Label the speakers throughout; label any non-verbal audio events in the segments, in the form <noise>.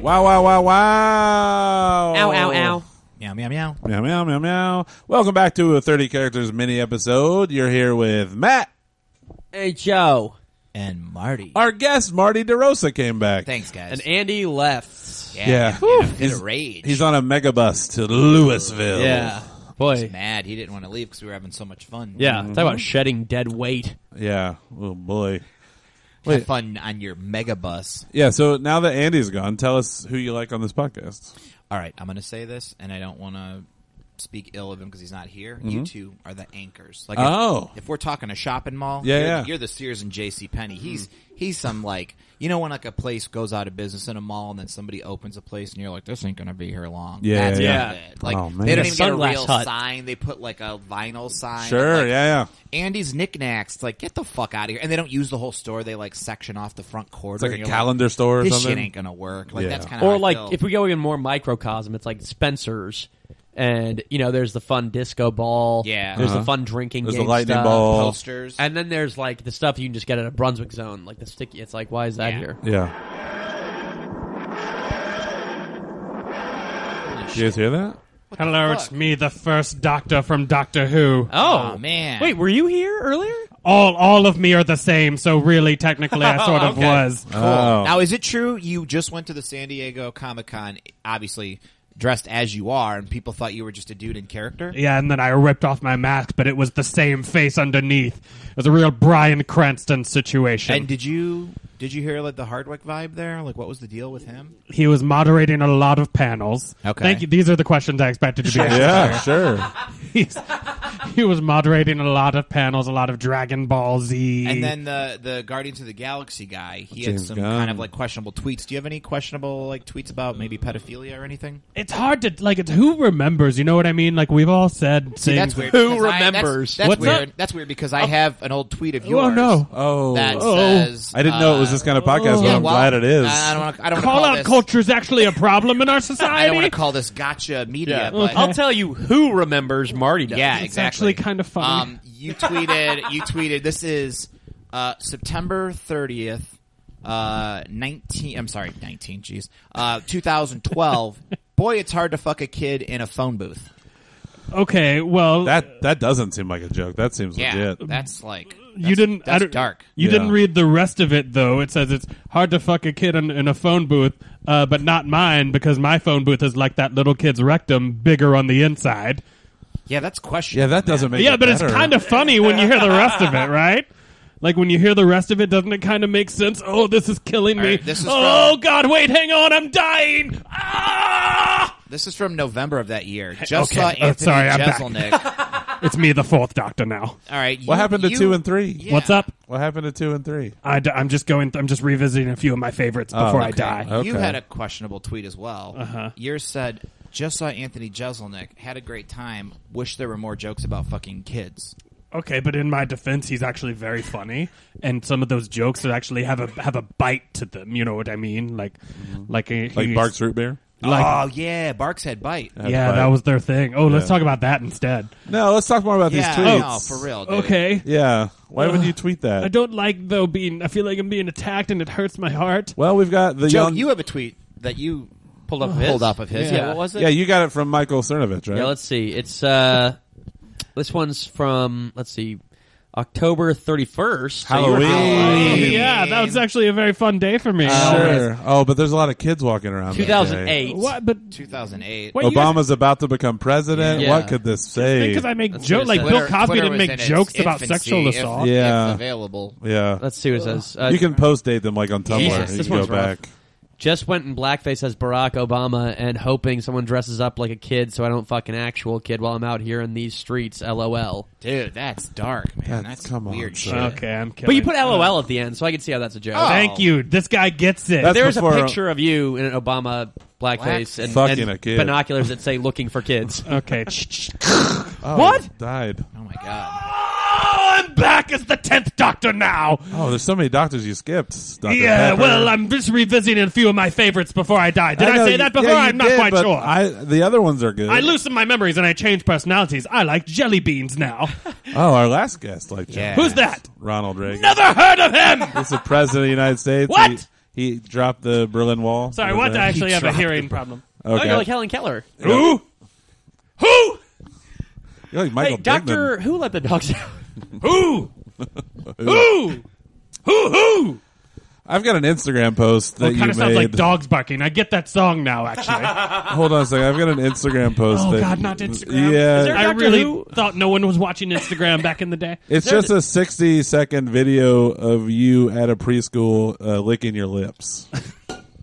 Speaker 1: Wow, wow, wow, wow.
Speaker 2: Ow, ow, ow.
Speaker 3: Meow, meow, meow.
Speaker 1: Meow, meow, meow, meow. Welcome back to a 30 characters mini episode. You're here with Matt.
Speaker 2: Hey, Joe.
Speaker 3: And Marty.
Speaker 1: Our guest, Marty DeRosa, came back.
Speaker 3: Thanks, guys.
Speaker 2: And Andy left.
Speaker 3: yeah.
Speaker 1: yeah.
Speaker 3: in a- In, a,
Speaker 1: He's-
Speaker 3: rage.
Speaker 1: He's on a megabus to Louisville.
Speaker 2: Yeah.
Speaker 3: He's
Speaker 2: Boy.
Speaker 3: mad. He didn't want to leave because we were having so much fun.
Speaker 2: Yeah. Talk about shedding dead weight.
Speaker 1: Yeah. Oh, boy.
Speaker 3: Have fun on your mega bus.
Speaker 1: Yeah, so now that Andy's gone, tell us who you like on this podcast.
Speaker 3: All right, I'm going to say this, and I don't want to speak ill of him because he's not here. You two are the anchors. Like, if-
Speaker 1: Mm-hmm. Oh.
Speaker 3: if, we're talking a shopping mall,
Speaker 1: Yeah,
Speaker 3: you're,
Speaker 1: yeah. Mm-hmm.
Speaker 3: you're the Sears and J.C. Penney. He's he's some like you know when like a place goes out of business in a mall, and then somebody opens a place, and you're like, this ain't going to be here long.
Speaker 1: Yeah,
Speaker 3: That's
Speaker 1: yeah.
Speaker 3: what it- Like
Speaker 1: Oh, man.
Speaker 3: they don't
Speaker 1: Like a
Speaker 3: even get a
Speaker 2: sunglass
Speaker 3: real
Speaker 2: hut.
Speaker 3: sign. They put like a vinyl sign.
Speaker 1: Sure,
Speaker 3: Like,
Speaker 1: yeah, yeah.
Speaker 3: Andy's knickknacks. It's Like, get the fuck out of here. And they don't use the whole store. They like section off the front quarter.
Speaker 1: It's like
Speaker 3: and
Speaker 1: a
Speaker 3: you're
Speaker 1: calendar store or
Speaker 3: This
Speaker 1: something.
Speaker 3: shit ain't gonna work. Like
Speaker 1: Yeah.
Speaker 3: that's kind of
Speaker 2: Or like, if we go even more microcosm, it's like Spencer's. And, you know, there's the fun disco ball.
Speaker 3: Yeah.
Speaker 2: There's
Speaker 1: Uh-huh.
Speaker 2: the fun drinking
Speaker 1: There's the
Speaker 2: game
Speaker 1: lightning
Speaker 2: stuff.
Speaker 1: ball.
Speaker 3: posters.
Speaker 2: And then there's like the stuff you can just get at a Brunswick zone, like the sticky. It's like, why is that
Speaker 3: Yeah.
Speaker 2: here?
Speaker 1: yeah.
Speaker 3: Holy
Speaker 1: Do you
Speaker 3: shit.
Speaker 1: guys hear that?
Speaker 4: Hello,
Speaker 3: fuck?
Speaker 4: it's me, the first Doctor from Doctor Who.
Speaker 3: Oh, man.
Speaker 2: Wait, were you here earlier?
Speaker 4: All, all of me are the same, so really, technically, I sort
Speaker 3: <laughs>
Speaker 4: of
Speaker 2: Okay.
Speaker 4: was.
Speaker 1: Oh.
Speaker 3: Now, is it true you just went to the San Diego Comic Con, obviously dressed as you are, and people thought you were just a dude in character?
Speaker 4: Yeah, and then I ripped off my mask, but it was the same face underneath. It was a real Brian Cranston situation.
Speaker 3: And did you did you hear like the Hardwick vibe there? Like, what was the deal with him?
Speaker 4: he was moderating a lot of panels.
Speaker 3: Okay.
Speaker 4: Thank you. These are the questions I
Speaker 3: <laughs>
Speaker 4: expected to be asked.
Speaker 1: Yeah, sure.
Speaker 4: He's- he was moderating a lot of panels, a lot of Dragon Ball Z.
Speaker 3: And then the the Guardians of the Galaxy guy, he
Speaker 1: James
Speaker 3: had some
Speaker 1: Gunn.
Speaker 3: kind of like questionable tweets. Do you have any questionable like tweets about maybe pedophilia or anything?
Speaker 4: it's hard to, like, it's who remembers, you know what I mean? Like, we've all said
Speaker 3: See,
Speaker 4: things.
Speaker 3: that's weird.
Speaker 2: Who
Speaker 3: because I- that's-
Speaker 2: remembers?
Speaker 3: that's
Speaker 4: What's
Speaker 3: weird.
Speaker 4: up?
Speaker 3: That's weird because I have an old tweet of yours.
Speaker 4: Oh, no.
Speaker 1: Oh.
Speaker 3: That
Speaker 1: Oh.
Speaker 3: says uh,
Speaker 1: I didn't know it was this kind of podcast, but
Speaker 3: Yeah,
Speaker 1: I'm
Speaker 3: well,
Speaker 1: glad it is.
Speaker 3: I I don't. Wanna, I don't wanna
Speaker 4: Call
Speaker 3: call
Speaker 4: out
Speaker 3: this,
Speaker 4: culture is actually a problem in our <laughs> society.
Speaker 3: I don't want to call this gotcha media,
Speaker 2: Yeah. <laughs>
Speaker 3: but
Speaker 2: I'll tell you who remembers Marty does.
Speaker 3: yeah,
Speaker 4: It's
Speaker 3: exactly.
Speaker 4: actually kind of funny.
Speaker 3: um, you tweeted. You tweeted. This is uh, September thirtieth, uh, nineteen. I'm sorry, nineteen. Jeez, uh,
Speaker 4: <laughs>
Speaker 3: 2012. Boy, it's hard to fuck a kid in a phone booth.
Speaker 4: okay, well,
Speaker 1: that that doesn't seem like a joke. That seems
Speaker 3: Yeah,
Speaker 4: Um,
Speaker 1: legit.
Speaker 3: that's like
Speaker 4: you
Speaker 3: that's-
Speaker 4: didn't. I
Speaker 3: That's
Speaker 4: don't-
Speaker 3: dark.
Speaker 4: You
Speaker 1: Yeah.
Speaker 4: didn't read the rest of it though. It says it's hard to fuck a kid in, in a phone booth, uh, but not mine because my phone booth is like that little kid's rectum, bigger on the inside.
Speaker 3: Yeah, that's question.
Speaker 1: yeah, that doesn't make
Speaker 4: yeah,
Speaker 1: it
Speaker 4: but it's
Speaker 1: better.
Speaker 4: kind of funny when you hear the rest of it, right? Like when you hear the rest of it, doesn't it kind of make sense? Oh, this is killing me.
Speaker 3: right, this is
Speaker 4: oh
Speaker 3: from-
Speaker 4: God, wait, hang on, I'm dying. Ah!
Speaker 3: This is from November of that
Speaker 4: <laughs>
Speaker 3: year. Just
Speaker 4: okay.
Speaker 3: saw
Speaker 4: Oh,
Speaker 3: Anthony
Speaker 4: sorry, I'm back.
Speaker 3: Jeselnik.
Speaker 4: It's me, the fourth doctor now.
Speaker 3: All right, you-
Speaker 1: What happened to
Speaker 3: you-
Speaker 1: 2 and 3?
Speaker 3: Yeah.
Speaker 4: What's up?
Speaker 1: What happened to 2 and 3?
Speaker 4: I d- I'm just going. I'm just revisiting a few of my favorites before I
Speaker 1: okay.
Speaker 4: die.
Speaker 1: Okay.
Speaker 3: You had a questionable tweet as well. Uh-huh. Yours said, "Just saw Anthony Jeselnik. Had a great time. Wish there were more jokes about fucking kids."
Speaker 4: Okay, but in my defense, he's actually very funny, and some of those jokes that actually have a have a bite to them. You know what I mean? Like, like a,
Speaker 1: Like
Speaker 4: he's-
Speaker 1: Bark's root beer?
Speaker 4: Like,
Speaker 3: oh yeah, Barks had bite.
Speaker 4: yeah,
Speaker 1: bite.
Speaker 4: that was their thing. Oh, let's
Speaker 1: Yeah.
Speaker 4: talk about that instead.
Speaker 1: No, let's talk more about
Speaker 3: yeah,
Speaker 1: these tweets.
Speaker 3: no, for real. Dude.
Speaker 4: Okay,
Speaker 1: Yeah. Why would you tweet that?
Speaker 4: I don't like though being. I feel like I'm being attacked, and it hurts my heart.
Speaker 1: well, we've got the
Speaker 3: Joe,
Speaker 1: young
Speaker 3: you have a tweet that you
Speaker 2: Pulled up
Speaker 3: Oh, pulled off of his.
Speaker 2: Yeah. What was it?
Speaker 1: Yeah, you got it from Michael Cernovich, right?
Speaker 2: Yeah, let's see. It's uh, this one's from let's see, October thirty first.
Speaker 1: Halloween.
Speaker 4: Yeah, that was actually a very fun day for me.
Speaker 1: Sure. Oh, but there's a lot of kids walking around. that day.
Speaker 2: 2008.
Speaker 4: What? But
Speaker 3: 2008.
Speaker 4: Wait, you guys-
Speaker 1: Obama's about to become president.
Speaker 2: Yeah.
Speaker 1: What could this say?
Speaker 4: because I make
Speaker 2: That's
Speaker 4: jokes,
Speaker 2: what
Speaker 4: like
Speaker 2: it said.
Speaker 4: Bill Cosby didn't
Speaker 3: was
Speaker 4: make
Speaker 3: in its
Speaker 4: jokes about
Speaker 3: infancy,
Speaker 4: sexual
Speaker 3: if-
Speaker 4: assault.
Speaker 3: if
Speaker 1: Yeah.
Speaker 3: available.
Speaker 1: yeah.
Speaker 2: Let's see what it says. Uh,
Speaker 1: you can post date them like on Tumblr.
Speaker 2: Jesus,
Speaker 1: you
Speaker 2: this
Speaker 1: can go
Speaker 2: one's rough.
Speaker 1: back.
Speaker 2: just went in blackface as Barack Obama and hoping someone dresses up like a kid so I don't fuck an actual kid while I'm out here in these streets. LOL.
Speaker 3: Dude, that's dark, man.
Speaker 1: That's-
Speaker 3: That's,
Speaker 1: come on,
Speaker 3: weird
Speaker 1: son.
Speaker 3: shit.
Speaker 4: Okay, I'm kidding.
Speaker 2: But
Speaker 1: uh,
Speaker 2: you put LOL at the end, so I can see how that's a joke.
Speaker 3: Oh.
Speaker 4: Thank you. This guy gets it.
Speaker 1: That's
Speaker 2: There's a
Speaker 1: before-
Speaker 2: picture of you in an Obama blackface and,
Speaker 1: Fucking
Speaker 2: and
Speaker 1: a kid.
Speaker 2: binoculars that say "looking
Speaker 1: <laughs>
Speaker 2: for kids."
Speaker 4: Okay.
Speaker 1: Oh,
Speaker 4: What?
Speaker 1: it Died.
Speaker 3: Oh my god.
Speaker 4: Oh, I'm back as the tenth Doctor now.
Speaker 1: Oh, there's so many doctors you skipped. Dr.
Speaker 4: yeah,
Speaker 1: Pepper.
Speaker 4: well, I'm just revisiting a few of my favorites before I die. Did I,
Speaker 1: know
Speaker 4: say
Speaker 1: you-
Speaker 4: that before?
Speaker 1: yeah, you
Speaker 4: I'm not
Speaker 1: did,
Speaker 4: quite
Speaker 1: but
Speaker 4: sure. I,
Speaker 1: I, the other ones are good.
Speaker 4: loosen my memories and I change personalities. I like jelly beans
Speaker 1: <laughs>
Speaker 4: now.
Speaker 1: Oh, our last guest, like
Speaker 3: Yeah.
Speaker 1: John-
Speaker 4: Who's that?
Speaker 1: Ronald Reagan.
Speaker 4: Never heard of him. <laughs>
Speaker 1: He's the president of the United States.
Speaker 4: What?
Speaker 1: He, He dropped the Berlin Wall.
Speaker 5: Sorry,
Speaker 1: Was
Speaker 5: what? I
Speaker 1: that-
Speaker 5: actually have a
Speaker 3: dropped
Speaker 5: hearing problem.
Speaker 2: Oh,
Speaker 1: Okay.
Speaker 2: you're like Helen Keller.
Speaker 1: Who?
Speaker 5: Who?
Speaker 1: You're like
Speaker 5: Hey,
Speaker 1: Michael
Speaker 5: Doctor,
Speaker 2: Who let the dogs out?
Speaker 5: who?
Speaker 1: Who?
Speaker 5: Who? Who? Who?
Speaker 1: I've got an Instagram post that
Speaker 4: It kind
Speaker 1: you
Speaker 4: of sounds like
Speaker 1: made.
Speaker 4: dogs barking. I get that song now,
Speaker 1: <laughs>
Speaker 4: actually.
Speaker 1: Hold on a second. I've got an Instagram post.
Speaker 4: oh,
Speaker 1: that,
Speaker 4: God, not Instagram.
Speaker 1: Yeah,
Speaker 5: Is there-
Speaker 4: I
Speaker 5: Doctor
Speaker 4: really
Speaker 5: Who?
Speaker 4: thought no one was watching Instagram back in the
Speaker 1: <laughs>
Speaker 4: day.
Speaker 1: it's just a sixty-second video of you at a preschool uh, licking your lips.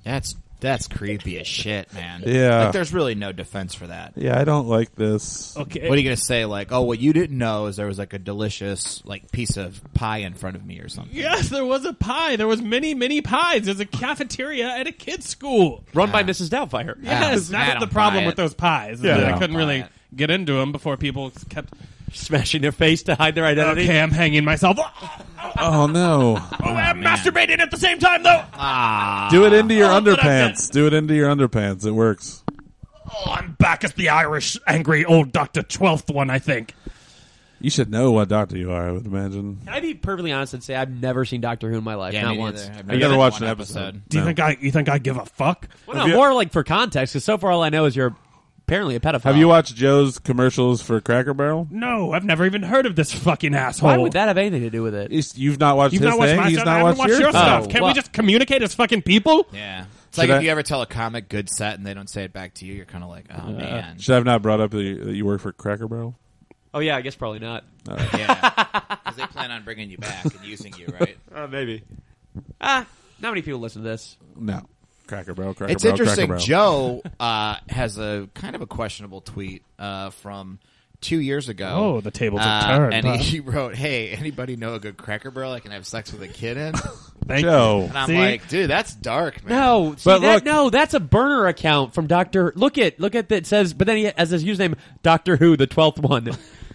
Speaker 3: That's that's creepy as shit, man.
Speaker 1: Yeah.
Speaker 3: like there's really no defense for that.
Speaker 1: Yeah, I don't like this.
Speaker 4: Okay.
Speaker 3: What are you gonna say? Like, oh, what you didn't know is there was like a delicious like piece of pie in front of me or something.
Speaker 4: Yes, there was a pie. There was many, many pies. There's a cafeteria at a kid's school.
Speaker 2: Run by Mrs. Doubtfire.
Speaker 4: Yes,
Speaker 3: I
Speaker 4: that
Speaker 3: don't
Speaker 4: was
Speaker 3: buy
Speaker 4: the problem
Speaker 3: it.
Speaker 4: with those pies. is
Speaker 1: Yeah.
Speaker 4: that
Speaker 1: I
Speaker 4: I
Speaker 1: don't
Speaker 4: couldn't
Speaker 3: buy
Speaker 4: really
Speaker 3: it.
Speaker 4: get into them before people kept.
Speaker 2: Smashing their face to hide their identity.
Speaker 4: Okay, I'm hanging myself. Oh,
Speaker 1: Oh no!
Speaker 4: I'm masturbating at the same time though.
Speaker 3: Ah,
Speaker 1: Do it into your
Speaker 4: Oh, but I've
Speaker 1: underpants. Do it into your underpants. It works.
Speaker 4: Oh, I'm back as the Irish angry old Doctor Twelfth one. I think.
Speaker 1: You should know what doctor you are. I would imagine.
Speaker 2: Can I be perfectly honest and say I've never seen Doctor Who in my life?
Speaker 3: yeah,
Speaker 2: not
Speaker 3: me neither.
Speaker 2: once.
Speaker 3: I've
Speaker 1: I
Speaker 3: never
Speaker 1: never watched
Speaker 3: seen
Speaker 1: an
Speaker 3: one
Speaker 1: episode.
Speaker 4: Do you
Speaker 1: No.
Speaker 4: think I? You think I give a fuck?
Speaker 2: Well,
Speaker 1: you-
Speaker 2: no, more like for context, because so far all I know is you're apparently a pedophile.
Speaker 1: Have you watched Joe's commercials for Cracker Barrel?
Speaker 4: No, I've never even heard of this fucking asshole.
Speaker 2: Why would that have anything to do with it?
Speaker 1: He's, you've not watched
Speaker 4: You've
Speaker 1: his
Speaker 4: not watched
Speaker 1: thing.
Speaker 4: my
Speaker 1: He's
Speaker 4: stuff. I
Speaker 1: not
Speaker 4: haven't
Speaker 1: watched
Speaker 4: watched
Speaker 1: yours.
Speaker 4: your stuff.
Speaker 2: Oh,
Speaker 4: Can't
Speaker 2: well-
Speaker 4: we just communicate as fucking people?
Speaker 3: Yeah, it's
Speaker 1: Should
Speaker 3: like
Speaker 1: I-
Speaker 3: if you ever tell a comic good set and they don't say it back to you, you're kind of like, oh man,
Speaker 1: Should I have not brought up that you, that you work for Cracker Barrel?
Speaker 2: Oh yeah, I guess probably not.
Speaker 3: yeah, <laughs> because they plan on bringing you back and using you, right?
Speaker 2: Uh, maybe. Ah, not many people listen to this.
Speaker 1: No, Cracker Barrel. Cracker
Speaker 3: <laughs> It's
Speaker 1: Barrel.
Speaker 3: interesting.
Speaker 1: Cracker Barrel.
Speaker 3: Joe uh, has a kind of a questionable tweet uh, from two years ago.
Speaker 4: Oh, the tables have
Speaker 3: Uh,
Speaker 4: turned,
Speaker 3: And
Speaker 4: huh?
Speaker 3: he <laughs> wrote, "Hey, anybody know a good Cracker Barrel I can have sex with a kid
Speaker 4: <laughs>
Speaker 3: in?"
Speaker 4: Thank
Speaker 1: Joe.
Speaker 4: you.
Speaker 3: And I'm
Speaker 4: See?
Speaker 3: like, "Dude, that's dark, man."
Speaker 2: No, see
Speaker 1: But
Speaker 2: that
Speaker 1: look-
Speaker 2: no, that's a burner account from Doctor. Look at look at that it says, but then he has his username Doctor Who, the twelfth one.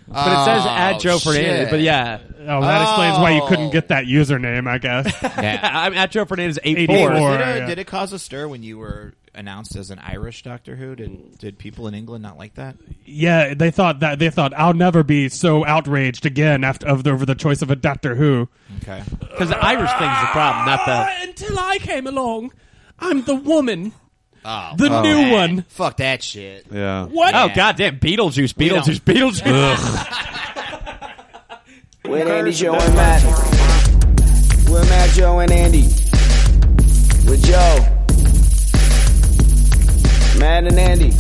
Speaker 2: But it says
Speaker 3: Oh,
Speaker 2: at Joe Fernandez.
Speaker 3: shit.
Speaker 2: But yeah,
Speaker 4: Oh, that explains why you
Speaker 3: Oh.
Speaker 4: couldn't get that username, I guess.
Speaker 3: Yeah.
Speaker 2: I'm at Joe Fernandez eight
Speaker 3: Hey,
Speaker 2: four.
Speaker 3: was it a-
Speaker 4: yeah.
Speaker 3: Did it cause a stir when you were announced as an Irish Doctor Who? Did did people in England not like that?
Speaker 4: yeah, they thought that they thought I'll never be so outraged again after of the, over the choice of a Doctor Who.
Speaker 3: Okay.
Speaker 2: Because the Irish thing is the problem, not the.
Speaker 4: until I came along, I'm the woman,
Speaker 3: Oh,
Speaker 4: the new one.
Speaker 3: fuck that shit.
Speaker 1: Yeah.
Speaker 4: What?
Speaker 2: Oh goddamn, Beetlejuice,
Speaker 3: don't-
Speaker 2: Beetlejuice, Beetlejuice.
Speaker 6: With Andy, Joe, and Matt. With Matt, Joe, and Andy. With Joe. Matt and Andy.